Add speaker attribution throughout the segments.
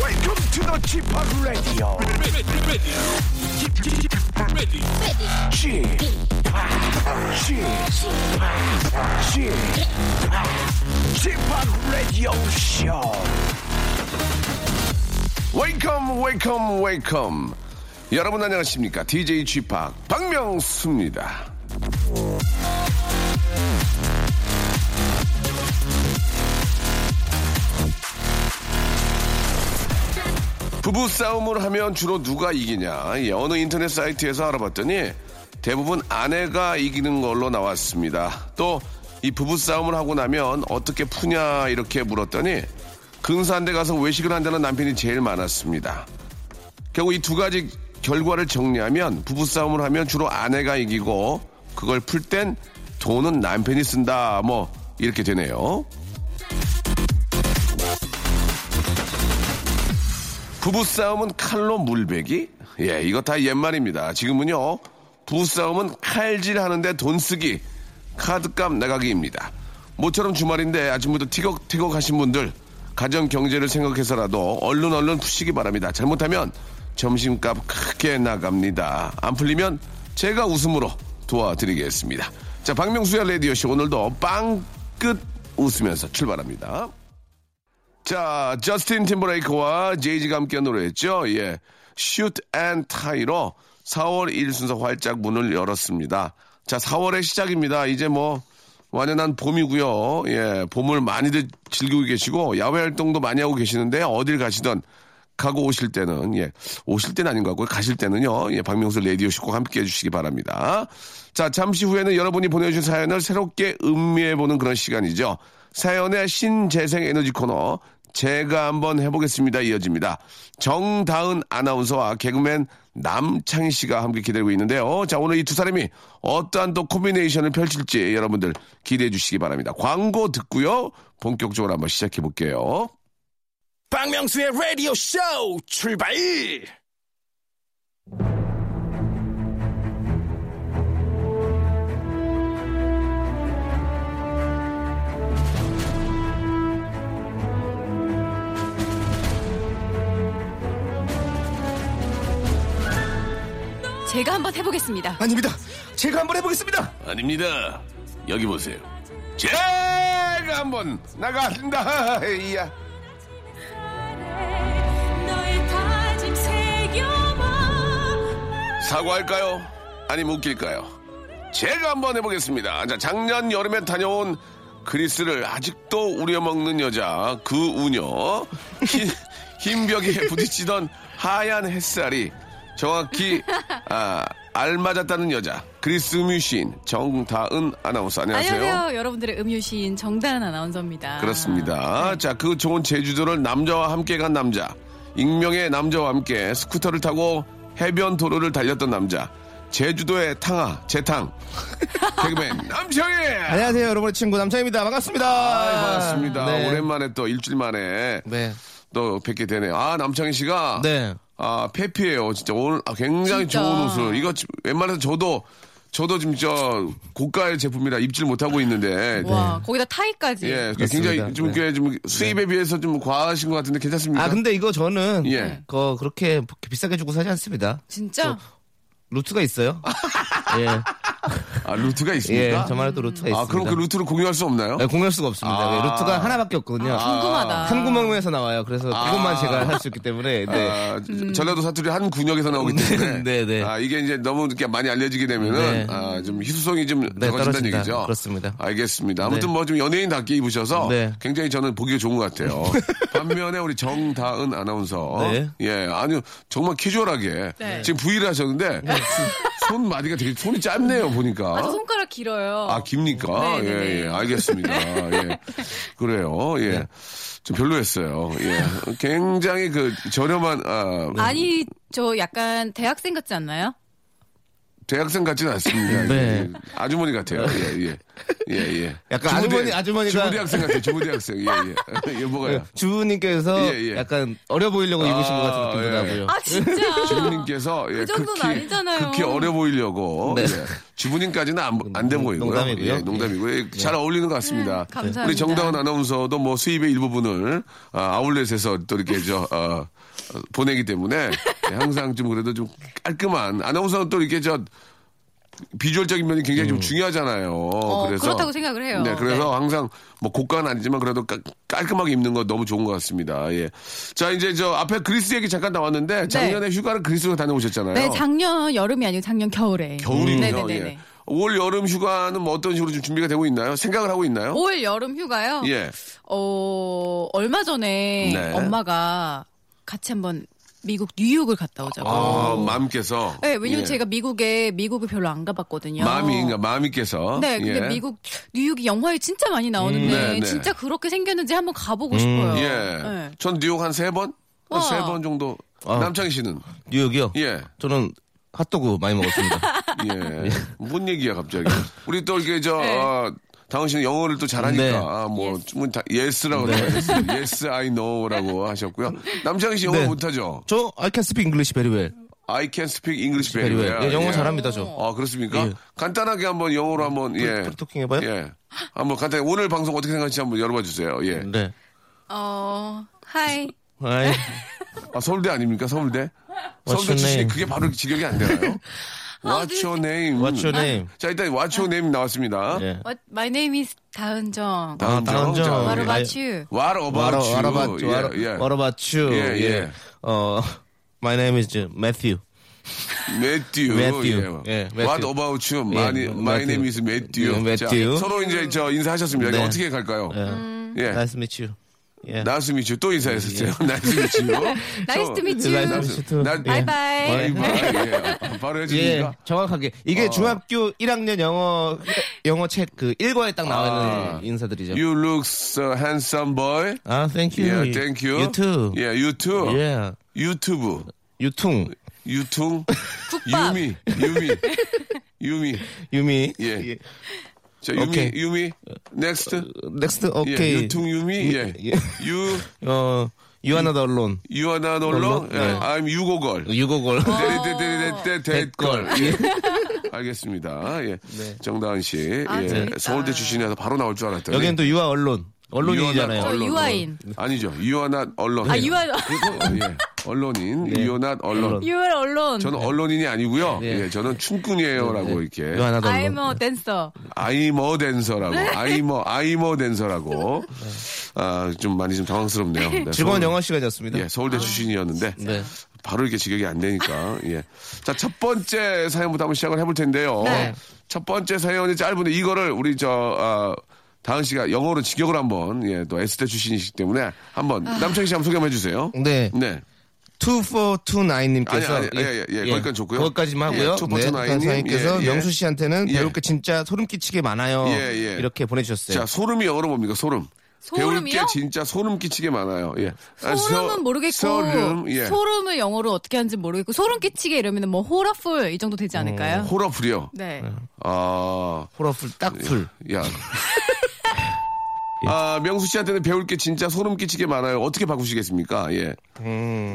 Speaker 1: Welcome to the Chip Radio. Chip Chip Chip Radio Show.
Speaker 2: 웨이컴 웨이컴 웨이컴 여러분 안녕하십니까 DJ 쥐팍 박명수입니다 부부 싸움을 하면 주로 누가 이기냐 예, 어느 인터넷 사이트에서 알아봤더니 대부분 아내가 이기는 걸로 나왔습니다 또 이 부부 싸움을 하고 나면 어떻게 푸냐 이렇게 물었더니 근사한 데 가서 외식을 한다는 남편이 제일 많았습니다 결국 이 두 가지 결과를 정리하면 부부싸움을 하면 주로 아내가 이기고 그걸 풀 땐 돈은 남편이 쓴다 뭐 이렇게 되네요. 부부싸움은 칼로 물베기? 예, 이거 다 옛말입니다. 지금은요, 부부싸움은 칼질하는데 돈 쓰기, 카드값 나가기입니다. 모처럼 주말인데 아침부터 티격태격 하신 분들, 가정 경제를 생각해서라도 얼른 얼른 푸시기 바랍니다. 잘못하면 점심값 크게 나갑니다. 안 풀리면 제가 웃음으로 도와드리겠습니다. 자, 박명수의 라디오쇼 오늘도 빵끝 웃으면서 출발합니다. 자, 저스틴 팀버레이크와 제이지가 함께 노래했죠. 예. 슛 앤 타이로 4월 1일 순서 활짝 문을 열었습니다. 자, 4월의 시작입니다. 이제 뭐 완연한 봄이고요. 예, 봄을 많이들 즐기고 계시고 야외 활동도 많이 하고 계시는데 어딜 가시던 가고 오실 때는 예 오실 때는 아닌 것 같고 가실 때는요 예 박명수 레디오 씨꼭 함께 해주시기 바랍니다 자 잠시 후에는 여러분이 보내주신 사연을 새롭게 음미해보는 그런 시간이죠 사연의 신재생 에너지 코너 제가 한번 해보겠습니다 이어집니다 정다은 아나운서와 개그맨 남창희 씨가 함께 기다리고 있는데요 자 오늘 이 두 사람이 어떠한 또 코미네이션을 펼칠지 여러분들 기대해 주시기 바랍니다 광고 듣고요 본격적으로 한번 시작해 볼게요.
Speaker 1: 박명수의 라디오 쇼 출발!
Speaker 3: 제가 한번 해보겠습니다.
Speaker 4: 아닙니다. 제가 한번 해보겠습니다.
Speaker 2: 아닙니다. 여기 보세요. 제가 한번 나간다. 이야. 사과할까요? 아니면 웃길까요? 제가 한번 해보겠습니다. 자, 작년 여름에 다녀온 그리스를 아직도 우려먹는 여자 그 우녀 흰, 흰 벽에 부딪히던 하얀 햇살이 정확히 아, 알맞았다는 여자 그리스 뮤신 정다은 아나운서
Speaker 5: 안녕하세요. 여러분들의 음유시인 정다은 아나운서입니다.
Speaker 2: 그렇습니다. 자, 그 좋은 제주도를 남자와 함께 간 남자. 익명의 남자와 함께 스쿠터를 타고 해변 도로를 달렸던 남자. 제주도의 탕아, 재탕. 개그맨 남창희!
Speaker 6: 안녕하세요, 여러분의 친구 남창입니다. 반갑습니다.
Speaker 2: 아, 반갑습니다.
Speaker 6: 네.
Speaker 2: 오랜만에 또 일주일 만에
Speaker 6: 네.
Speaker 2: 또 뵙게 되네요. 아, 남창희 씨가.
Speaker 6: 네.
Speaker 2: 아, 페피예요 진짜 오늘 아, 굉장히
Speaker 5: 진짜.
Speaker 2: 좋은 옷을. 이거 지- 웬만해서 저도 저도 지금 저 고가의 제품이라 입질 못하고 있는데
Speaker 5: 와, 거기다 타이까지.
Speaker 2: 네. 예,
Speaker 6: 그렇습니다.
Speaker 2: 굉장히 좀,
Speaker 6: 네.
Speaker 2: 꽤좀 수입에 비해서 좀 과하신 것 같은데 괜찮습니까?
Speaker 6: 아, 근데 이거 저는
Speaker 2: 그러니까 예.
Speaker 6: 거 그렇게 비싸게 주고 사지 않습니다.
Speaker 5: 진짜?
Speaker 6: 루트가 있어요. 예.
Speaker 2: 아, 루트가
Speaker 6: 예.
Speaker 2: 있습니까?
Speaker 6: 저만의 또 루트가 있습니다.
Speaker 2: 아, 그럼 그 루트를 공유할 수 없나요?
Speaker 6: 네, 공유할 수가 없습니다.
Speaker 2: 아.
Speaker 6: 예, 루트가 하나밖에 없거든요.
Speaker 5: 아, 궁금하다.
Speaker 6: 한 구멍에서 나와요. 그래서 그것만 제가 할 수 있기 때문에. 네.
Speaker 2: 아, 전라도 사투리 한 군역에서 나오기 때문에
Speaker 6: 네, 네.
Speaker 2: 아 이게 이제 너무 이렇게 많이 알려지게 되면은
Speaker 6: 네.
Speaker 2: 아, 좀 희소성이 좀
Speaker 6: 네,
Speaker 2: 적어진다는
Speaker 6: 떨어진다.
Speaker 2: 얘기죠.
Speaker 6: 그렇습니다.
Speaker 2: 알겠습니다. 아무튼
Speaker 6: 네.
Speaker 2: 뭐 좀 연예인답게 입으셔서
Speaker 6: 네.
Speaker 2: 굉장히 저는 보기가 좋은 것 같아요. 반면에 우리 정다은 아나운서
Speaker 6: 네.
Speaker 2: 예 아니요 정말 캐주얼하게
Speaker 5: 네.
Speaker 2: 지금 부의를 하셨는데 손 마디가 되게 손이 짧네요 보니까.
Speaker 5: 아, 저 손가락 길어요.
Speaker 2: 어? 아, 깁니까?
Speaker 5: 네, 네, 네.
Speaker 2: 예, 예, 알겠습니다. 예. 그래요.
Speaker 6: 네.
Speaker 2: 예. 좀 별로였어요. 예. 굉장히 그 저렴한, 아,
Speaker 5: 아니, 저 약간 대학생 같지 않나요?
Speaker 2: 대학생 같지는 않습니다.
Speaker 6: 네.
Speaker 2: 예. 아주머니 같아요. 예, 예. 예, 예.
Speaker 6: 약간 아주머니, 아주머니가- 네.
Speaker 2: 주부대학생 같아요. 주부대학생. 예, 예. 예, 뭐가요?
Speaker 6: 그 주부님께서
Speaker 2: 예, 예.
Speaker 6: 약간 어려 보이려고 입으신 것
Speaker 2: 아,
Speaker 6: 같은 느낌이
Speaker 2: 예.
Speaker 6: 나고요.
Speaker 5: 아, 진짜.
Speaker 2: 주부님께서 예,
Speaker 5: 그 정도는
Speaker 2: 극히,
Speaker 5: 아니잖아요.
Speaker 2: 극히 어려 보이려고
Speaker 6: 네.
Speaker 2: 예. 주부님까지는 안, 안돼 보이고요.
Speaker 6: 농담이고요.
Speaker 2: 예, 농담이고요. 예, 잘 어울리는 것 같습니다.
Speaker 5: 네, 감사합니다.
Speaker 2: 우리 정다은 아나운서도 뭐 수입의 일부분을 아, 아울렛에서 또 이렇게 저 어, 어, 보내기 때문에 예, 항상 좀 그래도 좀 깔끔한 아나운서는 또 이렇게 저 비주얼적인 면이 굉장히
Speaker 6: 음.
Speaker 2: 좀 중요하잖아요. 그래서
Speaker 5: 어, 그렇다고 생각을 해요.
Speaker 2: 네, 그래서 항상 뭐 고가는 아니지만 그래도 깔, 끔하게 입는 거 너무 좋은 것 같습니다. 예. 자, 이제 저 앞에 그리스 얘기 잠깐 나왔는데 작년에 휴가를 그리스로 다녀오셨잖아요.
Speaker 5: 네, 작년 여름이 아니고 작년 겨울에.
Speaker 2: 겨울이군요.
Speaker 5: 음. 네네네.
Speaker 2: 예. 올 여름 휴가는 뭐 어떤 식으로 좀 준비가 되고 있나요? 생각을 하고 있나요?
Speaker 5: 올 여름 휴가요.
Speaker 2: 예.
Speaker 5: 어, 얼마 전에
Speaker 2: 네.
Speaker 5: 엄마가 같이 한번 미국 뉴욕을 갔다 오자고.
Speaker 2: 아, 맘께서.
Speaker 5: 네, 왜냐면
Speaker 2: 예.
Speaker 5: 제가 미국에 미국을 별로 안 가봤거든요.
Speaker 2: 마음이인가 마음이께서.
Speaker 5: 네, 근데
Speaker 2: 예.
Speaker 5: 미국 뉴욕이 영화에 진짜 많이 나오는데
Speaker 2: 네, 네.
Speaker 5: 진짜 그렇게 생겼는지 한번 가보고 싶어요.
Speaker 2: 예.
Speaker 5: 네.
Speaker 2: 전 뉴욕 한 세 번?
Speaker 5: 와.
Speaker 2: 한 세 번 정도.
Speaker 6: 아.
Speaker 2: 남창희 씨는?
Speaker 6: 뉴욕이요?
Speaker 2: 예.
Speaker 6: 저는 핫도그 많이 먹었습니다.
Speaker 2: 예. 뭔 얘기야, 갑자기. 우리 또 이렇게 저,
Speaker 5: 네.
Speaker 2: 어, 당은 씨는 영어를 또 잘하니까,
Speaker 6: 네.
Speaker 2: 아, 뭐, 문 다, yes라고 하셨어요. yes, I know라고 하셨고요. 남창희 씨 영어
Speaker 6: 네.
Speaker 2: 못하죠?
Speaker 6: 저 I can speak English very well.
Speaker 2: I can speak English very
Speaker 6: Very well.
Speaker 2: well.
Speaker 6: 예, 영어
Speaker 2: 예.
Speaker 6: 잘합니다, 저.
Speaker 2: 아, 그렇습니까?
Speaker 6: 예.
Speaker 2: 간단하게 한번 영어로 한번, 예.
Speaker 6: 토킹 해봐요?
Speaker 2: 예. 한번 간단히, 오늘 방송 어떻게 생각하시지 한번 열어봐 주세요. 예.
Speaker 6: 네.
Speaker 5: 어, 하이.
Speaker 6: 아이,
Speaker 2: 아, 서울대 아닙니까? 서울대? 서울대
Speaker 6: What's your
Speaker 2: 출신이
Speaker 6: name?
Speaker 2: 그게 바로 지적이 안 되나요?
Speaker 5: 아,
Speaker 2: What's
Speaker 5: 네.
Speaker 2: your name?
Speaker 6: What's your name?
Speaker 2: 자, 일단 What's your name 나왔습니다.
Speaker 6: 예.
Speaker 5: What, my name is 다은정.
Speaker 6: 아, 다은정.
Speaker 2: 자,
Speaker 5: What
Speaker 6: 예.
Speaker 5: about you?
Speaker 2: What
Speaker 6: What
Speaker 2: about you?
Speaker 6: about you?
Speaker 2: 예, 예.
Speaker 6: What about you?
Speaker 2: 예, 예.
Speaker 6: 예. 어, my name is Matthew.
Speaker 2: Matthew.
Speaker 6: Matthew.
Speaker 2: 예.
Speaker 6: 예, Matthew.
Speaker 2: What about you?
Speaker 6: 예,
Speaker 2: My, my
Speaker 6: Matthew.
Speaker 2: name is Matthew.
Speaker 6: 예, Matthew.
Speaker 2: 자, 서로 이제 저 인사하셨습니다. 이거
Speaker 6: 네.
Speaker 2: 어떻게 갈까요?
Speaker 6: 예.
Speaker 2: 예.
Speaker 6: Nice to meet you. 예.
Speaker 2: 나스 미츄 또 인사했었어요. 나스 미츄.
Speaker 5: Nice to meet
Speaker 6: Nice to
Speaker 5: you.
Speaker 6: meet
Speaker 2: 나스
Speaker 6: you.
Speaker 2: 나-
Speaker 6: 예.
Speaker 2: 어,
Speaker 5: 바이바이.
Speaker 2: 바이바이. 예. 아, 바로
Speaker 6: 예,
Speaker 2: 해주니까.
Speaker 6: 정확하게.
Speaker 2: 어.
Speaker 6: 이게 중학교 1학년 영어, 영어 책 그 1과에 딱 나와
Speaker 2: 아.
Speaker 6: 있는 인사들이죠.
Speaker 2: You look so handsome boy.
Speaker 6: 아, thank 예. you.
Speaker 2: Yeah, thank you.
Speaker 6: You too.
Speaker 2: Yeah, you too.
Speaker 6: Yeah.
Speaker 2: 유튜브.
Speaker 6: You too.
Speaker 2: 유퉁.
Speaker 5: 국밥.
Speaker 2: 유미. 유미. 유미.
Speaker 6: 유미.
Speaker 2: 예. 자, 유미.
Speaker 6: 오케이.
Speaker 2: 유미. 넥스트.
Speaker 6: 넥스트
Speaker 2: 예.
Speaker 6: 오케이.
Speaker 2: 유퉁 유미. 예.
Speaker 6: 예.
Speaker 2: 유
Speaker 6: 어, 유아나더 언론.
Speaker 2: 유아나 놀러.
Speaker 6: 놀러? 네. 어.
Speaker 2: 예. I'm 유고걸.
Speaker 6: 유고걸.
Speaker 2: 네, 데리데리데리데걸. 예. 알겠습니다. 예.
Speaker 6: 네.
Speaker 2: 정다은 씨. 예.
Speaker 5: 아, 재밌다.
Speaker 2: 서울대 출신이라서 바로 나올 줄 알았더니.
Speaker 6: 예. 여기는 또 유아 언론.
Speaker 2: 유아나
Speaker 6: 언론이잖아요.
Speaker 5: 저
Speaker 2: 언론.
Speaker 5: 어, 유아인.
Speaker 2: 아니죠. 유아나 언론.
Speaker 5: 아, 유아,
Speaker 2: 예. 언론인 유아나 언론.
Speaker 6: 네. 언론.
Speaker 5: 유아 언론.
Speaker 2: 저는 언론인이 아니고요.
Speaker 6: 예.
Speaker 2: 예, 저는 춤꾼이에요라고 이렇게
Speaker 6: 네. 유아나더
Speaker 5: I'm
Speaker 6: 언론.
Speaker 5: a dancer.
Speaker 2: 아이머 댄서라고 아이머 아이머 댄서라고 아 좀 많이 좀 당황스럽네요. 네,
Speaker 6: 네. 즐거운
Speaker 2: 서울-
Speaker 6: 영어 시간이었습니다.
Speaker 2: 예, 서울대 출신이었는데
Speaker 6: 네.
Speaker 2: 바로 이렇게 직역이 안 되니까 예. 자첫 번째 사연부터 한번 시작을 해볼 텐데요.
Speaker 5: 네.
Speaker 2: 첫 번째 사연이 짧은데 이거를 우리 저 아, 다은 씨가 영어로 직역을 한번 예, 또 S대 출신이시기 때문에 한번 남창희 씨 한번 소개 한번 해주세요.
Speaker 6: 네.
Speaker 2: 네.
Speaker 6: 2429님께서
Speaker 2: 아니, 아니, 예, 예, 예, 거기까지 좋고요.
Speaker 6: 거기까지만
Speaker 2: 예,
Speaker 6: 하고요.
Speaker 2: 2429 님,
Speaker 6: 님께서
Speaker 2: 예, 예.
Speaker 6: 명수 씨한테는
Speaker 2: 예.
Speaker 6: 배울 게 진짜 소름 끼치게 많아요.
Speaker 2: 예, 예.
Speaker 6: 이렇게 보내주셨어요.
Speaker 2: 자 소름이 영어로 뭡니까 소름. 배울 게
Speaker 5: 네. 소름이요?
Speaker 2: 진짜 소름 끼치게 많아요. 예. 아, 소-
Speaker 5: 소름은 모르겠고
Speaker 2: 소름, 예.
Speaker 5: 을 영어로 어떻게 하는지 모르겠고 소름 끼치게 이러면 뭐 호러풀 이 정도 되지 않을까요?
Speaker 2: 어, 호러풀이요.
Speaker 5: 네.
Speaker 2: 아,
Speaker 6: 호러풀 딱풀.
Speaker 2: 야. 아, 명수 씨한테는 배울 게 진짜 소름 끼치게 많아요. 어떻게 바꾸시겠습니까? 예.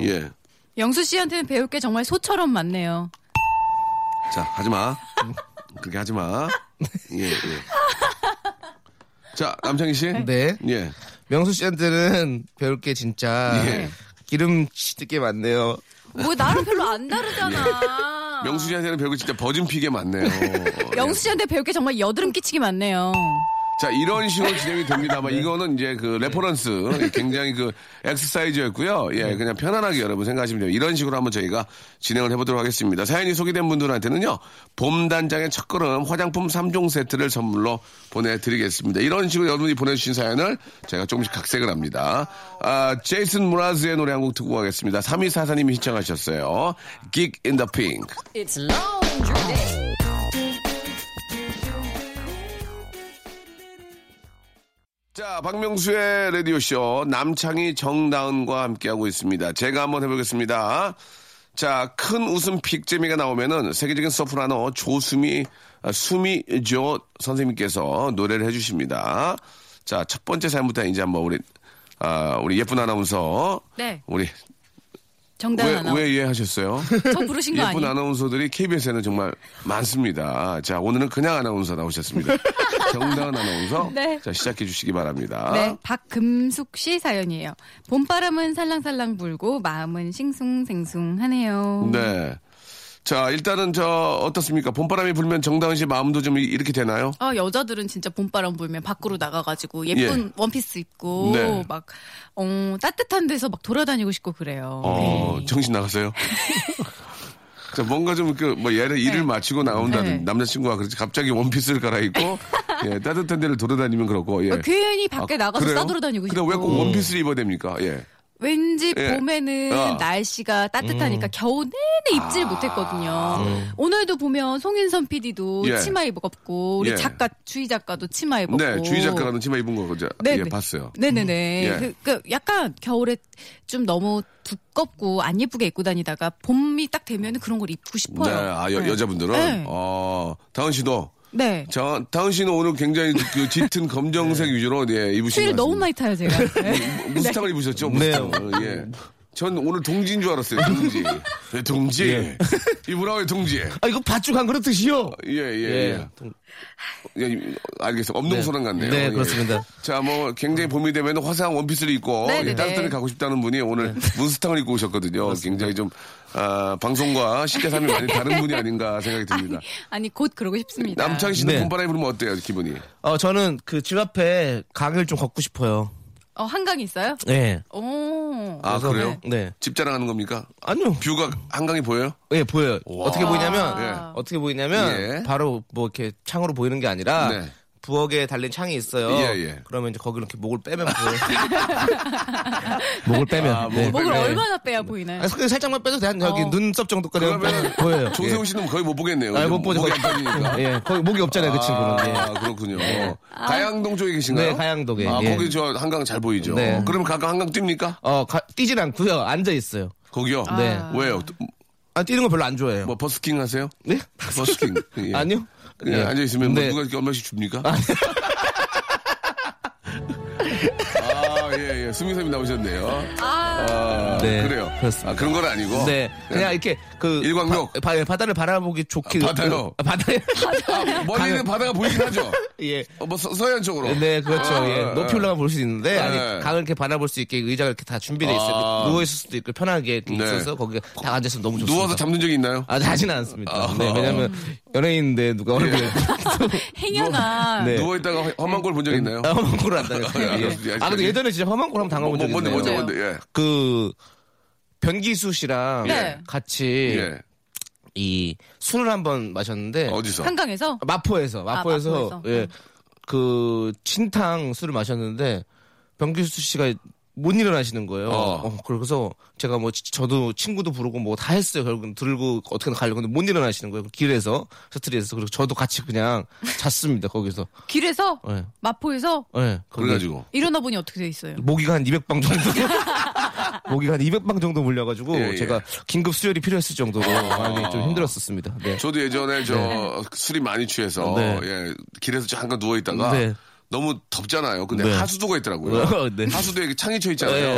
Speaker 2: 예.
Speaker 5: 영수 씨한테는 배울 게 정말 소처럼 많네요.
Speaker 2: 자, 하지 마. 그렇게 하지 마. 예, 예. 자, 남창희 씨.
Speaker 6: 네.
Speaker 2: 예.
Speaker 6: 명수 씨한테는 배울 게 진짜
Speaker 2: 예.
Speaker 6: 기름 치게 많네요.
Speaker 5: 뭐 나랑 별로 안 다르잖아.
Speaker 2: 명수 씨한테는 배울 게 진짜 버진 피게 많네요.
Speaker 5: 영수 씨한테 배울 게 정말 여드름 끼치기 많네요.
Speaker 2: 자, 이런 식으로 진행이 됩니다만 이거는 이제 그 레퍼런스 굉장히 그 엑스사이즈였고요. 예, 그냥 편안하게 여러분 생각하시면 돼요. 이런 식으로 한번 저희가 진행을 해보도록 하겠습니다. 사연이 소개된 분들한테는요, 봄 단장의 첫걸음 화장품 3종 세트를 선물로 보내드리겠습니다. 이런 식으로 여러분이 보내주신 사연을 제가 조금씩 각색을 합니다. 아, 제이슨 무라즈의 노래 한 곡 듣고 가겠습니다. 3244님이 신청하셨어요. Geek in the Pink.
Speaker 7: It's long
Speaker 2: 자, 박명수의 라디오쇼 남창희 정다은과 함께하고 있습니다. 제가 한번 해보겠습니다. 자, 큰 웃음 빅재미가 나오면은 세계적인 서프라노 조수미, 아, 수미조 선생님께서 노래를 해주십니다. 자, 첫 번째 사연부터 이제 한번 우리, 아, 우리 예쁜 아나운서.
Speaker 5: 네.
Speaker 2: 우리,
Speaker 5: 정답
Speaker 2: 왜,
Speaker 5: 하나.
Speaker 2: 왜 예하셨어요?
Speaker 5: 저 부르신 거
Speaker 2: 예쁜
Speaker 5: 아니에요?
Speaker 2: 아나운서들이 KBS에는 정말 많습니다. 자, 오늘은 그냥 아나운서 나오셨습니다. 정다은 아나운서.
Speaker 5: 네.
Speaker 2: 자, 시작해 주시기 바랍니다.
Speaker 5: 네, 박금숙 씨 사연이에요. 봄바람은 살랑살랑 불고 마음은 싱숭생숭하네요.
Speaker 2: 네. 자, 일단은 저 어떻습니까? 봄바람이 불면 정다은 씨 마음도 좀 이- 이렇게 되나요?
Speaker 5: 아, 여자들은 진짜 봄바람 불면 밖으로 나가가지고 예쁜
Speaker 2: 예.
Speaker 5: 원피스 입고
Speaker 2: 네.
Speaker 5: 막 어, 따뜻한 데서 막 돌아다니고 싶고 그래요.
Speaker 2: 어,
Speaker 5: 네.
Speaker 2: 정신 나갔어요? 자, 뭔가 좀 그 뭐 얘를 일을 마치고 나온다는
Speaker 5: 네.
Speaker 2: 남자친구가 그렇지 갑자기 원피스를 갈아입고 예, 따뜻한 데를 돌아다니면 그렇고 예.
Speaker 5: 어, 괜히 밖에
Speaker 2: 아,
Speaker 5: 나가서
Speaker 2: 그래요?
Speaker 5: 싸돌아다니고
Speaker 2: 근데
Speaker 5: 싶고.
Speaker 2: 왜 꼭 원피스를 입어야 됩니까? 예.
Speaker 5: 왠지
Speaker 2: 예.
Speaker 5: 봄에는
Speaker 2: 아. 음.
Speaker 5: 날씨가 따뜻하니까 겨우 내내 입질 못했거든요. 오늘도 보면 송인선 PD도
Speaker 2: 예.
Speaker 5: 치마 입었고 우리
Speaker 2: 예.
Speaker 5: 작가 주희 작가도 치마 입었고.
Speaker 2: 네, 주희 작가는 치마 입은 거 자,
Speaker 5: 어. 네,
Speaker 2: 예,
Speaker 5: 네.
Speaker 2: 봤어요.
Speaker 5: 네네네.
Speaker 2: 음. 예.
Speaker 5: 그, 그 약간 겨울에 좀 너무 두껍고 안 예쁘게 입고 다니다가 봄이 딱 되면 은 그런 걸 입고
Speaker 2: 네,
Speaker 5: 싶어요.
Speaker 2: 아, 여,
Speaker 5: 네.
Speaker 2: 여자분들은
Speaker 5: 네.
Speaker 2: 어, 다은 씨도
Speaker 5: 네.
Speaker 2: 저 다은 씨는 오늘 굉장히 그 짙은 검정색 위주로 예, 입으신 것
Speaker 5: 추위를 네. 너무
Speaker 2: 같습니다.
Speaker 5: 많이 타요 제가. 네.
Speaker 2: 무스탕을 입으셨죠? 무스탕을. 예. 전 오늘 동지인 줄 알았어요. 동지. 예, 동지.
Speaker 6: 예.
Speaker 2: 이브라우의 동지.
Speaker 6: 아 이거 팥죽 한 그릇 드시오.
Speaker 2: 예, 예, 예. 예, 알겠어. 엄동소랑 같네요.
Speaker 6: 네,
Speaker 2: 예.
Speaker 6: 그렇습니다.
Speaker 2: 자, 뭐, 굉장히 봄이 되면 화사한 원피스를 입고,
Speaker 5: 네,
Speaker 2: 예,
Speaker 5: 네,
Speaker 2: 따뜻하게
Speaker 5: 네.
Speaker 2: 가고 싶다는 분이 오늘
Speaker 6: 네.
Speaker 2: 무스탕을 입고 오셨거든요. 굉장히 좀, 아, 방송과 시대삼이 많이 다른 분이 아닌가 생각이 듭니다.
Speaker 5: 아니 곧 그러고 싶습니다.
Speaker 2: 남창희 씨는
Speaker 6: 네.
Speaker 2: 봄바람이 불면 어때요, 기분이?
Speaker 6: 어 저는 그 집 앞에 강을 좀 걷고 싶어요.
Speaker 5: 어, 한강 있어요?
Speaker 6: 네.
Speaker 5: 오.
Speaker 2: 아,
Speaker 6: 그래서-
Speaker 2: 그래요?
Speaker 6: 네.
Speaker 2: 집 자랑하는 겁니까?
Speaker 6: 아니요.
Speaker 2: 뷰가 한강이 보여요?
Speaker 6: 예, 보여요. 어떻게 보이냐면
Speaker 2: 예.
Speaker 5: 아.
Speaker 6: 어떻게 보이냐면
Speaker 2: 예.
Speaker 6: 바로 뭐 이렇게 창으로 보이는 게 아니라
Speaker 2: 네.
Speaker 6: 부엌에 달린 창이 있어요.
Speaker 2: 예, 예.
Speaker 6: 그러면 이제 거기로 이렇게 목을 빼면 보여요. 목을 빼면.
Speaker 2: 아,
Speaker 6: 네.
Speaker 5: 목을
Speaker 2: 네.
Speaker 5: 얼마나 빼야 보이나요?
Speaker 6: 아, 그 살짝만 빼도 돼. 한 여기
Speaker 5: 어.
Speaker 6: 눈썹 정도까지
Speaker 2: 그러면
Speaker 6: 보여요.
Speaker 2: 조세호 씨는 거의 못 보겠네요.
Speaker 6: 아, 못 보죠.
Speaker 2: 목이 안 빠지니까.
Speaker 6: 예. 예, 거기 목이 없잖아요, 그 친구는. 예.
Speaker 2: 아, 그렇군요. 가양동 쪽에 계신가요?
Speaker 6: 네, 가양동에,
Speaker 2: 아,
Speaker 6: 예.
Speaker 2: 거기 저 한강 잘 보이죠.
Speaker 6: 네.
Speaker 2: 그러면 가끔 한강 뜁니까?
Speaker 6: 어, 가- 뛰진 않고요. 앉아 있어요.
Speaker 2: 거기요?
Speaker 6: 네.
Speaker 2: 왜요?
Speaker 6: 아, 뛰는 거 별로 안 좋아해요.
Speaker 2: 뭐 버스킹 하세요?
Speaker 6: 네?
Speaker 2: 버스킹. 예.
Speaker 6: 아니요.
Speaker 2: 그냥
Speaker 6: 예.
Speaker 2: 앉아 있으면 뭐
Speaker 6: 네.
Speaker 2: 누가 이렇게 얼마씩 줍니까?
Speaker 6: 네.
Speaker 2: 아, 예, 예. 수민쌤이 나오셨네요. 아,
Speaker 6: 네,
Speaker 2: 그래요.
Speaker 6: 그렇습니다.
Speaker 2: 아, 그런 건 아니고.
Speaker 6: 네. 그냥 이렇게 그
Speaker 2: 예. 일광욕.
Speaker 6: 바, 바, 바다를 바라보기 좋게
Speaker 2: 아, 바다요?
Speaker 6: 아, 바다요.
Speaker 2: 아, 멀리는 바다가 보이긴 하죠.
Speaker 6: 예.
Speaker 2: 어, 뭐 서, 해안 쪽으로.
Speaker 6: 네, 그렇죠.
Speaker 2: 아,
Speaker 6: 예.
Speaker 2: 아,
Speaker 6: 높이
Speaker 2: 아.
Speaker 6: 올라가 볼 수 있는데
Speaker 2: 네.
Speaker 6: 아니 강을 이렇게 바라볼 수 있게 의자가 이렇게 다 준비돼 있어요.
Speaker 2: 아.
Speaker 6: 누워 있을 수도 있고 편하게 이렇게
Speaker 2: 네.
Speaker 6: 있어서 거기 딱 앉아 있으면 너무 좋습니다.
Speaker 2: 누워서 잠든 적이 있나요?
Speaker 6: 아, 자지는 않습니다.
Speaker 2: 아.
Speaker 6: 네, 왜냐면 연예인인데 누가 얼굴에
Speaker 5: 행여나.
Speaker 6: 네.
Speaker 2: 누워있다가 허- 험한 꼴 본 적 있나요?
Speaker 6: 아, 험한 꼴을 안 당했어요.
Speaker 2: 아,
Speaker 6: 예.
Speaker 2: 알겠습니다.
Speaker 6: 아, 근데 예전에 진짜 험한 꼴 한번 당한
Speaker 2: 뭐,
Speaker 6: 본
Speaker 2: 뭐, 뭔데,
Speaker 6: 적이 있네요.
Speaker 2: 뭔데,
Speaker 5: 있나요?
Speaker 2: 뭔데, 예.
Speaker 6: 그 변기수 씨랑
Speaker 5: 네.
Speaker 6: 같이
Speaker 2: 예.
Speaker 6: 이 술을 예. 한번 마셨는데
Speaker 2: 어디서?
Speaker 5: 한강에서
Speaker 6: 마포에서 마포에서,
Speaker 5: 아, 마포에서. 네.
Speaker 6: 예. 그 친탕 술을 마셨는데 병규수 씨가 못 일어나시는 거예요.
Speaker 2: 어.
Speaker 6: 어, 그래서 제가 뭐 지- 저도 친구도 부르고 뭐 다 했어요. 결국은 들고 어떻게든 가려고 근데 못 일어나시는 거예요. 그 길에서 스트리에서 그리고 저도 같이 그냥 잤습니다. 거기서.
Speaker 5: 길에서
Speaker 2: 네.
Speaker 6: 예.
Speaker 5: 마포에서
Speaker 6: 예. 거기
Speaker 2: 그래가지고.
Speaker 5: 일어나 보니 어떻게 돼 있어요?
Speaker 6: 모기가 한 200방 정도. 모기가 한 200방 정도 물려가지고
Speaker 2: 예, 아. 예.
Speaker 6: 제가 긴급 수혈이 필요했을 정도로 많이 좀 힘들었었습니다. 네.
Speaker 2: 저도 예전에 저 술이 많이 취해서
Speaker 6: 네.
Speaker 2: 예, 길에서 잠깐 누워 있다가
Speaker 6: 네.
Speaker 2: 너무 덥잖아요. 근데
Speaker 6: 네.
Speaker 2: 하수도가 있더라고요.
Speaker 6: 네.
Speaker 2: 하수도에 이렇게 창이 쳐 있잖아요.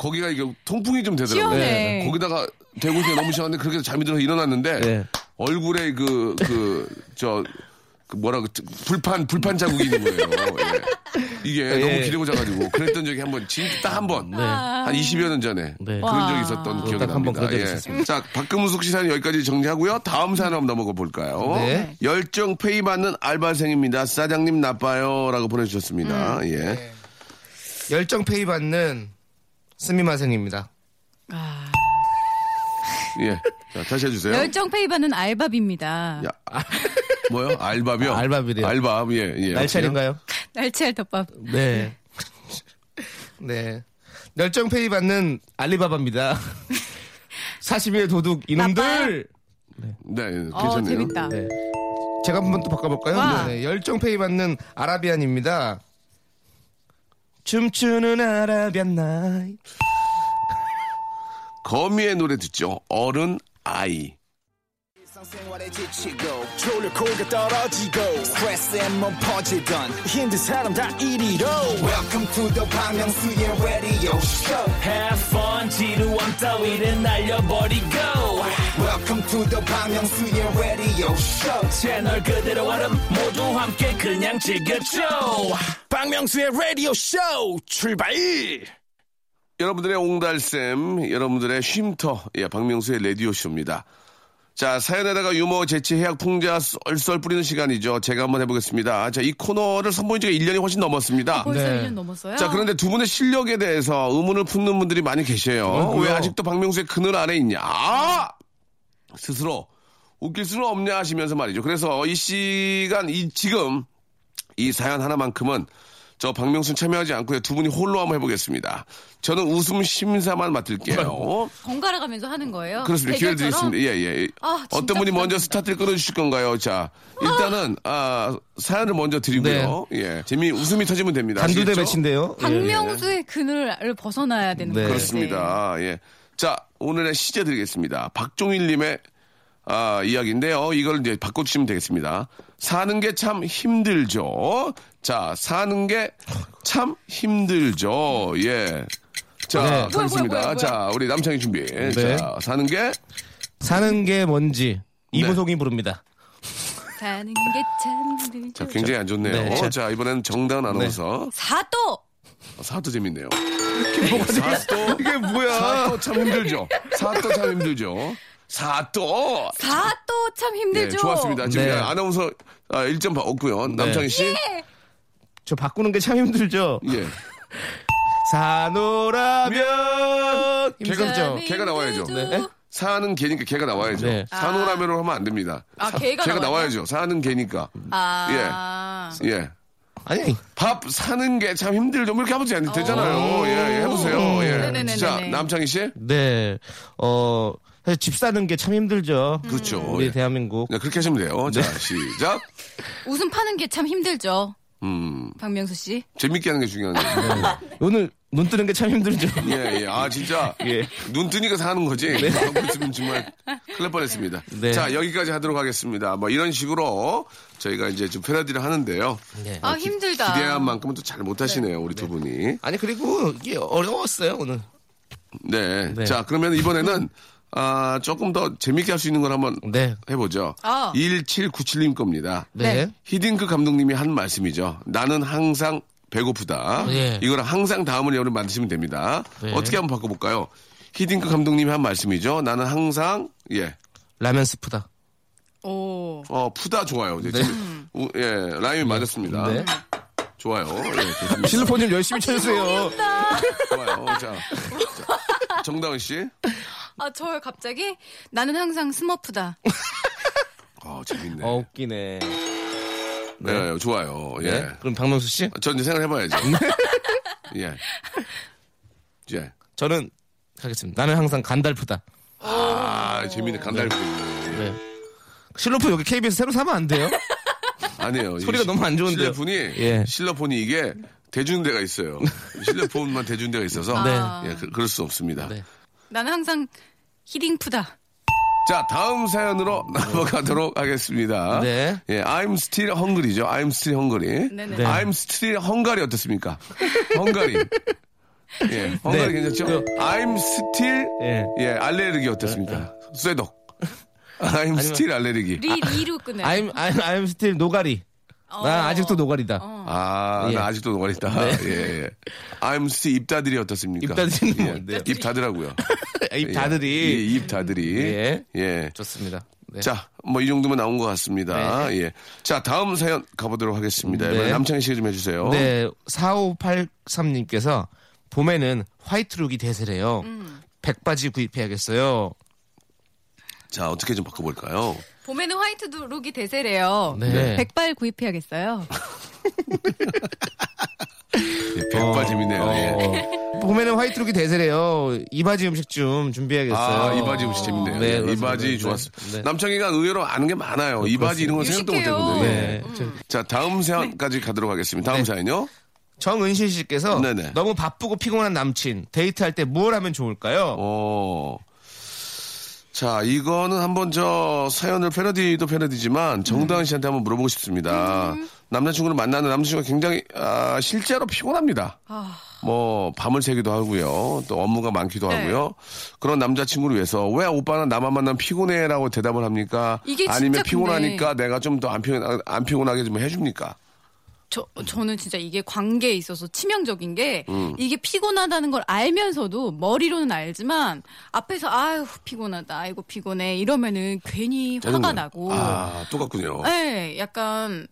Speaker 2: 거기가 이게 통풍이 좀 되더라고요. 네.
Speaker 5: 시원해.
Speaker 2: 거기다가 대고 있 너무 시원한데 그렇게 잠이 들어서 일어났는데
Speaker 6: 네.
Speaker 2: 얼굴에 그 그 저 뭐라 그 불판 불판 자국이 있는 거예요. 예. 이게
Speaker 6: 네.
Speaker 2: 너무 기대고 자가지고 그랬던 적이 한 번 진짜 딱 한 번 한 20여 년 전에
Speaker 6: 네.
Speaker 2: 그런 적이
Speaker 5: 와.
Speaker 2: 있었던 기억이
Speaker 6: 딱한
Speaker 2: 납니다.
Speaker 6: 번 그런 적이
Speaker 2: 예.
Speaker 6: 있었습니다.
Speaker 2: 자, 박금숙 시사는 여기까지 정리하고요. 다음 사연 한번 넘어가 볼까요?
Speaker 6: 네.
Speaker 2: 열정 페이 받는 알바생입니다. 사장님 나빠요라고 보내주셨습니다.
Speaker 5: 음.
Speaker 2: 예.
Speaker 6: 열정 페이 받는 스미마생입니다.
Speaker 2: 예. 자, 다시 해주세요.
Speaker 5: 열정 페이 받는 알밥입니다.
Speaker 2: 야, 아, 뭐요? 알밥이요?
Speaker 6: 아, 알밥이래요.
Speaker 2: 알밥, 예, 예.
Speaker 6: 날차인가요?
Speaker 5: 날치알 덮밥.
Speaker 6: 네. 네. 열정 페이 받는 알리바바입니다. 사시미의 도둑 이놈들
Speaker 2: 네, 괜찮네요.
Speaker 5: 어, 재밌다.
Speaker 6: 네. 제가 한번 또
Speaker 5: 와.
Speaker 6: 바꿔볼까요? 네, 열정 페이 받는 아라비안입니다. 춤추는 아라비안 나이.
Speaker 2: 거미의 노래 듣죠. 어른 아이.
Speaker 1: 일상생활에 지치고, 졸려 코가 떨어지고, 스트레스에 몸 퍼지던, 힘든 사람 다 이리로. welcome to the Bang Myung-soo's radio show
Speaker 7: Have fun 지루함 따위를 날려버리고
Speaker 1: welcome to the Bang Myung-soo's radio show
Speaker 7: 채널 그대로 얼음 모두 함께 그냥 즐겨줘
Speaker 1: 박명수의 라디오 쇼 출발!
Speaker 2: 여러분들의 옹달샘, 여러분들의 쉼터, 예, 박명수의 라디오쇼입니다. 자, 사연에다가 유머, 재치, 해학, 풍자, 썰썰 뿌리는 시간이죠. 제가 한번 해보겠습니다. 자, 이 코너를 선보인 지가 1년이 훨씬 넘었습니다.
Speaker 5: 벌써
Speaker 6: 네.
Speaker 5: 1년 넘었어요?
Speaker 2: 자, 그런데 두 분의 실력에 대해서 의문을 품는 분들이 많이 계세요.
Speaker 6: 그렇고요.
Speaker 2: 왜 아직도 박명수의 그늘 안에 있냐? 아! 스스로 웃길 수는 없냐 하시면서 말이죠. 그래서 이 시간, 이 지금 이 사연 하나만큼은 저 박명수 참여하지 않고요. 두 분이 홀로 한번 해보겠습니다. 저는 웃음 심사만
Speaker 6: 뭐.
Speaker 2: 맡을게요.
Speaker 5: 번갈아 가면서 하는 거예요?
Speaker 2: 그렇습니다. 기회를
Speaker 5: 대결처럼?
Speaker 2: 드리겠습니다. 예, 예.
Speaker 5: 아, 진짜
Speaker 2: 어떤 분이 먼저
Speaker 5: 부담된다.
Speaker 2: 스타트를 끊어주실 건가요? 자, 일단은, 아, 사연을 먼저 드리고요. 예. 재미, 웃음이 터지면 됩니다.
Speaker 6: 네. 단두대
Speaker 2: 아시겠죠?
Speaker 6: 매치인데요. 예.
Speaker 5: 박명수의 그늘을 벗어나야 되는
Speaker 6: 네.
Speaker 5: 거예요.
Speaker 2: 그렇습니다. 예. 자, 오늘의 시제 드리겠습니다. 박종일님의 아, 이야기인데요. 이걸 이제 바꿔주시면 되겠습니다. 사는 게 참 힘들죠. 자, 사는 게 참 힘들죠. 예. 자,
Speaker 6: 네.
Speaker 2: 가겠습니다.
Speaker 5: 뭐야, 뭐야, 뭐야.
Speaker 2: 자, 우리 남창희 준비. 자, 사는 게
Speaker 6: 사는 게 뭔지 이보송이 부릅니다.
Speaker 5: 네. 사는 게참 힘들죠.
Speaker 2: 자, 굉장히 안 좋네요.
Speaker 6: 네, 자.
Speaker 2: 자, 이번엔 정다은 아나운서.
Speaker 5: 사도
Speaker 2: 사도 재밌네요. 사도. 이게 뭐야. 사도 참 힘들죠. 사도 참 힘들죠. 사도.
Speaker 5: 사도 참
Speaker 2: 네,
Speaker 5: 힘들죠.
Speaker 2: 좋았습니다. 지금
Speaker 6: 네.
Speaker 2: 아나운서 아, 1점 받았고요. 남창희 씨.
Speaker 5: 예!
Speaker 6: 저 바꾸는 게 참 힘들죠.
Speaker 2: 예.
Speaker 6: 사노라면
Speaker 5: 네.
Speaker 2: 개가-
Speaker 6: 힘들죠.
Speaker 5: 사는
Speaker 2: 개가 나와야죠.
Speaker 5: 힘들죠.
Speaker 6: 네.
Speaker 2: 사는 개니까 개가 나와야죠.
Speaker 6: 네.
Speaker 2: 산호라면으로 하면 안 됩니다.
Speaker 5: 아, 개가 나와요?
Speaker 2: 나와야죠. 사는 개니까.
Speaker 5: 아,
Speaker 2: 예.
Speaker 6: 아니
Speaker 2: 밥 사는 게 참 힘들죠. 뭐 이렇게 하면 되- 되잖아요. 예, 예, 해보세요. 예.
Speaker 5: 어. 네네네네네.
Speaker 2: 자, 남창희 씨.
Speaker 6: 네. 어, 사실 집 사는 게 참 힘들죠.
Speaker 2: 그렇죠.
Speaker 6: 우리
Speaker 2: 예.
Speaker 6: 대한민국.
Speaker 2: 네, 그렇게 하시면 돼요. 자, 시작.
Speaker 5: 웃음 파는 게 참 힘들죠.
Speaker 2: 예. 음,
Speaker 5: 박명수 씨.
Speaker 2: 재밌게 하는 게 중요한 거예요.
Speaker 6: 네. 오늘 눈 뜨는 게 참 힘들죠.
Speaker 2: 예, 예. 아, 진짜.
Speaker 6: 예.
Speaker 2: 눈 뜨니까 사는 거지. 하고 있으면 정말 큰일 날 뻔했습니다.
Speaker 6: 네.
Speaker 2: 자, 여기까지 하도록 하겠습니다. 뭐 이런 식으로 저희가 이제 좀 패러디를 하는데요.
Speaker 6: 예. 네.
Speaker 5: 아, 힘들다.
Speaker 2: 기대한 만큼은 또 잘 못하시네요. 우리 두 분이.
Speaker 6: 아니 그리고 이게 어려웠어요 오늘.
Speaker 2: 네.
Speaker 6: 네.
Speaker 2: 자, 그러면 이번에는 아, 조금 더 재밌게 할 수 있는 걸 한번
Speaker 6: 네.
Speaker 2: 해보죠.
Speaker 5: 아.
Speaker 2: 1797님 겁니다.
Speaker 6: 네.
Speaker 2: 히딩크 감독님이 한 말씀이죠. 나는 항상 배고프다.
Speaker 6: 예.
Speaker 2: 이걸 항상 다음을 여름 만드시면 됩니다.
Speaker 6: 네.
Speaker 2: 어떻게 한번 바꿔볼까요? 히딩크 감독님이 한 말씀이죠. 나는 항상 예,
Speaker 6: 라면 스프다.
Speaker 5: 오.
Speaker 2: 어 푸다 좋아요. 이제 지금, 우- 예, 라임이 맞았습니다.
Speaker 6: 네.
Speaker 2: 좋아요. 예, 좋습니다.
Speaker 6: 실로폰 좀 열심히 쳐주세요.
Speaker 2: 좋아요. 자, 자, 정다은 씨,
Speaker 5: 아, 저요 갑자기 나는 항상 스머프다.
Speaker 2: 어 재밌네.
Speaker 6: 어 웃기네.
Speaker 2: 네, 좋아요. 예,
Speaker 6: 네. 그럼 박명수 씨?
Speaker 2: 전 이제 생각해봐야죠. 예, 예.
Speaker 6: 저는 하겠습니다. 나는 항상 간달프다.
Speaker 2: 아 재밌네. 간달프.
Speaker 6: 어, 네. 실로폰 여기 KBS 새로 사면 안 돼요?
Speaker 2: 아니에요. 이
Speaker 6: 소리가
Speaker 2: 시-
Speaker 6: 너무 안 좋은데요.
Speaker 2: 실내폰이
Speaker 6: 예.
Speaker 2: 실내폰이 이게 대준대가 있어요. 실내폰만 대준대가 있어서
Speaker 6: 네.
Speaker 2: 예, 그, 럴수 없습니다.
Speaker 6: 네.
Speaker 5: 나는 항상 히딩프다.
Speaker 2: 자 다음 사연으로 넘어가도록 하겠습니다.
Speaker 6: 네.
Speaker 2: 예, I'm still hungry죠. I'm still hungry.
Speaker 5: 네네.
Speaker 6: 네.
Speaker 2: I'm still 헝가리 어떻습니까? 헝가리. 예, 헝가리
Speaker 6: 네.
Speaker 2: 괜찮죠?
Speaker 6: 그-
Speaker 2: I'm still
Speaker 6: 예. 네.
Speaker 2: 예 알레르기 어떻습니까? 쇠독. I'm still 알레르기.
Speaker 5: 리 리로 끊어요.
Speaker 6: I'm I'm I'm still 노가리. 나 아직도 노가리다.
Speaker 5: 어.
Speaker 2: 아,
Speaker 6: 예.
Speaker 2: 나 아직도 노가리다. 예, 예. I'm still 입다들이 어떻습니까?
Speaker 6: 입다들이는
Speaker 2: 예,
Speaker 6: 뭔데요?
Speaker 2: 입 다들하고요.
Speaker 6: 입
Speaker 2: 예,
Speaker 6: 다들이
Speaker 2: 입 다들이. 예.
Speaker 6: 예. 좋습니다. 네.
Speaker 2: 자, 뭐 이 정도면 나온 것 같습니다. 예. 자, 다음 사연 가보도록 하겠습니다.
Speaker 6: 네.
Speaker 2: 이번엔 남창희 씨가 좀 해주세요.
Speaker 6: 네, 4583님께서 봄에는 화이트룩이 대세래요.
Speaker 5: 음.
Speaker 6: 백바지 구입해야겠어요.
Speaker 2: 자, 어떻게 좀 바꿔볼까요?
Speaker 5: 봄에는 화이트 룩이 대세래요.
Speaker 6: 네.
Speaker 5: 백발 구입해야겠어요.
Speaker 2: 아,
Speaker 6: 어,
Speaker 2: 예, 백바 재밌네요. 예.
Speaker 6: 봄에는 화이트 쑥이 대세래요. 이바지 음식 좀 준비해야겠어요.
Speaker 2: 아, 이바지 음식 재밌네요.
Speaker 6: 네,
Speaker 2: 네,
Speaker 6: 맞습니다.
Speaker 2: 이바지
Speaker 6: 네.
Speaker 2: 좋았어. 요
Speaker 6: 네.
Speaker 2: 남창희가 의외로 아는 게 많아요. 이바지 이런 건 생각도 못
Speaker 5: 유식해요.
Speaker 2: 했거든요. 예.
Speaker 6: 네.
Speaker 5: 음.
Speaker 6: 저-
Speaker 2: 자, 다음 사연까지 가도록 하겠습니다. 다음
Speaker 6: 네.
Speaker 2: 사연요.
Speaker 6: 정은실 씨께서
Speaker 2: 네네.
Speaker 6: 너무 바쁘고 피곤한 남친 데이트할 때 무엇 하면 좋을까요?
Speaker 2: 어. 자, 이거는 한번 저 사연을 패러디도 패러디지만
Speaker 5: 음.
Speaker 2: 정다은 씨한테 한번 물어보고 싶습니다. 남자친구를 만나는 남자친구가 굉장히 아, 실제로 피곤합니다.
Speaker 5: 아.
Speaker 2: 뭐 밤을 새기도 하고요. 또 업무가 많기도
Speaker 5: 네.
Speaker 2: 하고요. 그런 남자친구를 위해서 왜 오빠는 나만 만나면 피곤해라고 대답을 합니까?
Speaker 5: 이게 진짜
Speaker 2: 아니면
Speaker 5: 근데-
Speaker 2: 피곤하니까 내가 좀 더 안 피곤 안 피곤하게 좀 해줍니까?
Speaker 5: 저 저는 진짜 이게 관계에 있어서 치명적인 게
Speaker 2: 음.
Speaker 5: 이게 피곤하다는 걸 알면서도 머리로는 알지만 앞에서 아유 피곤하다 아이고 피곤해 이러면은 괜히 화가
Speaker 2: 짜증나요.
Speaker 5: 나고
Speaker 2: 아, 똑같군요.
Speaker 5: 네, 약간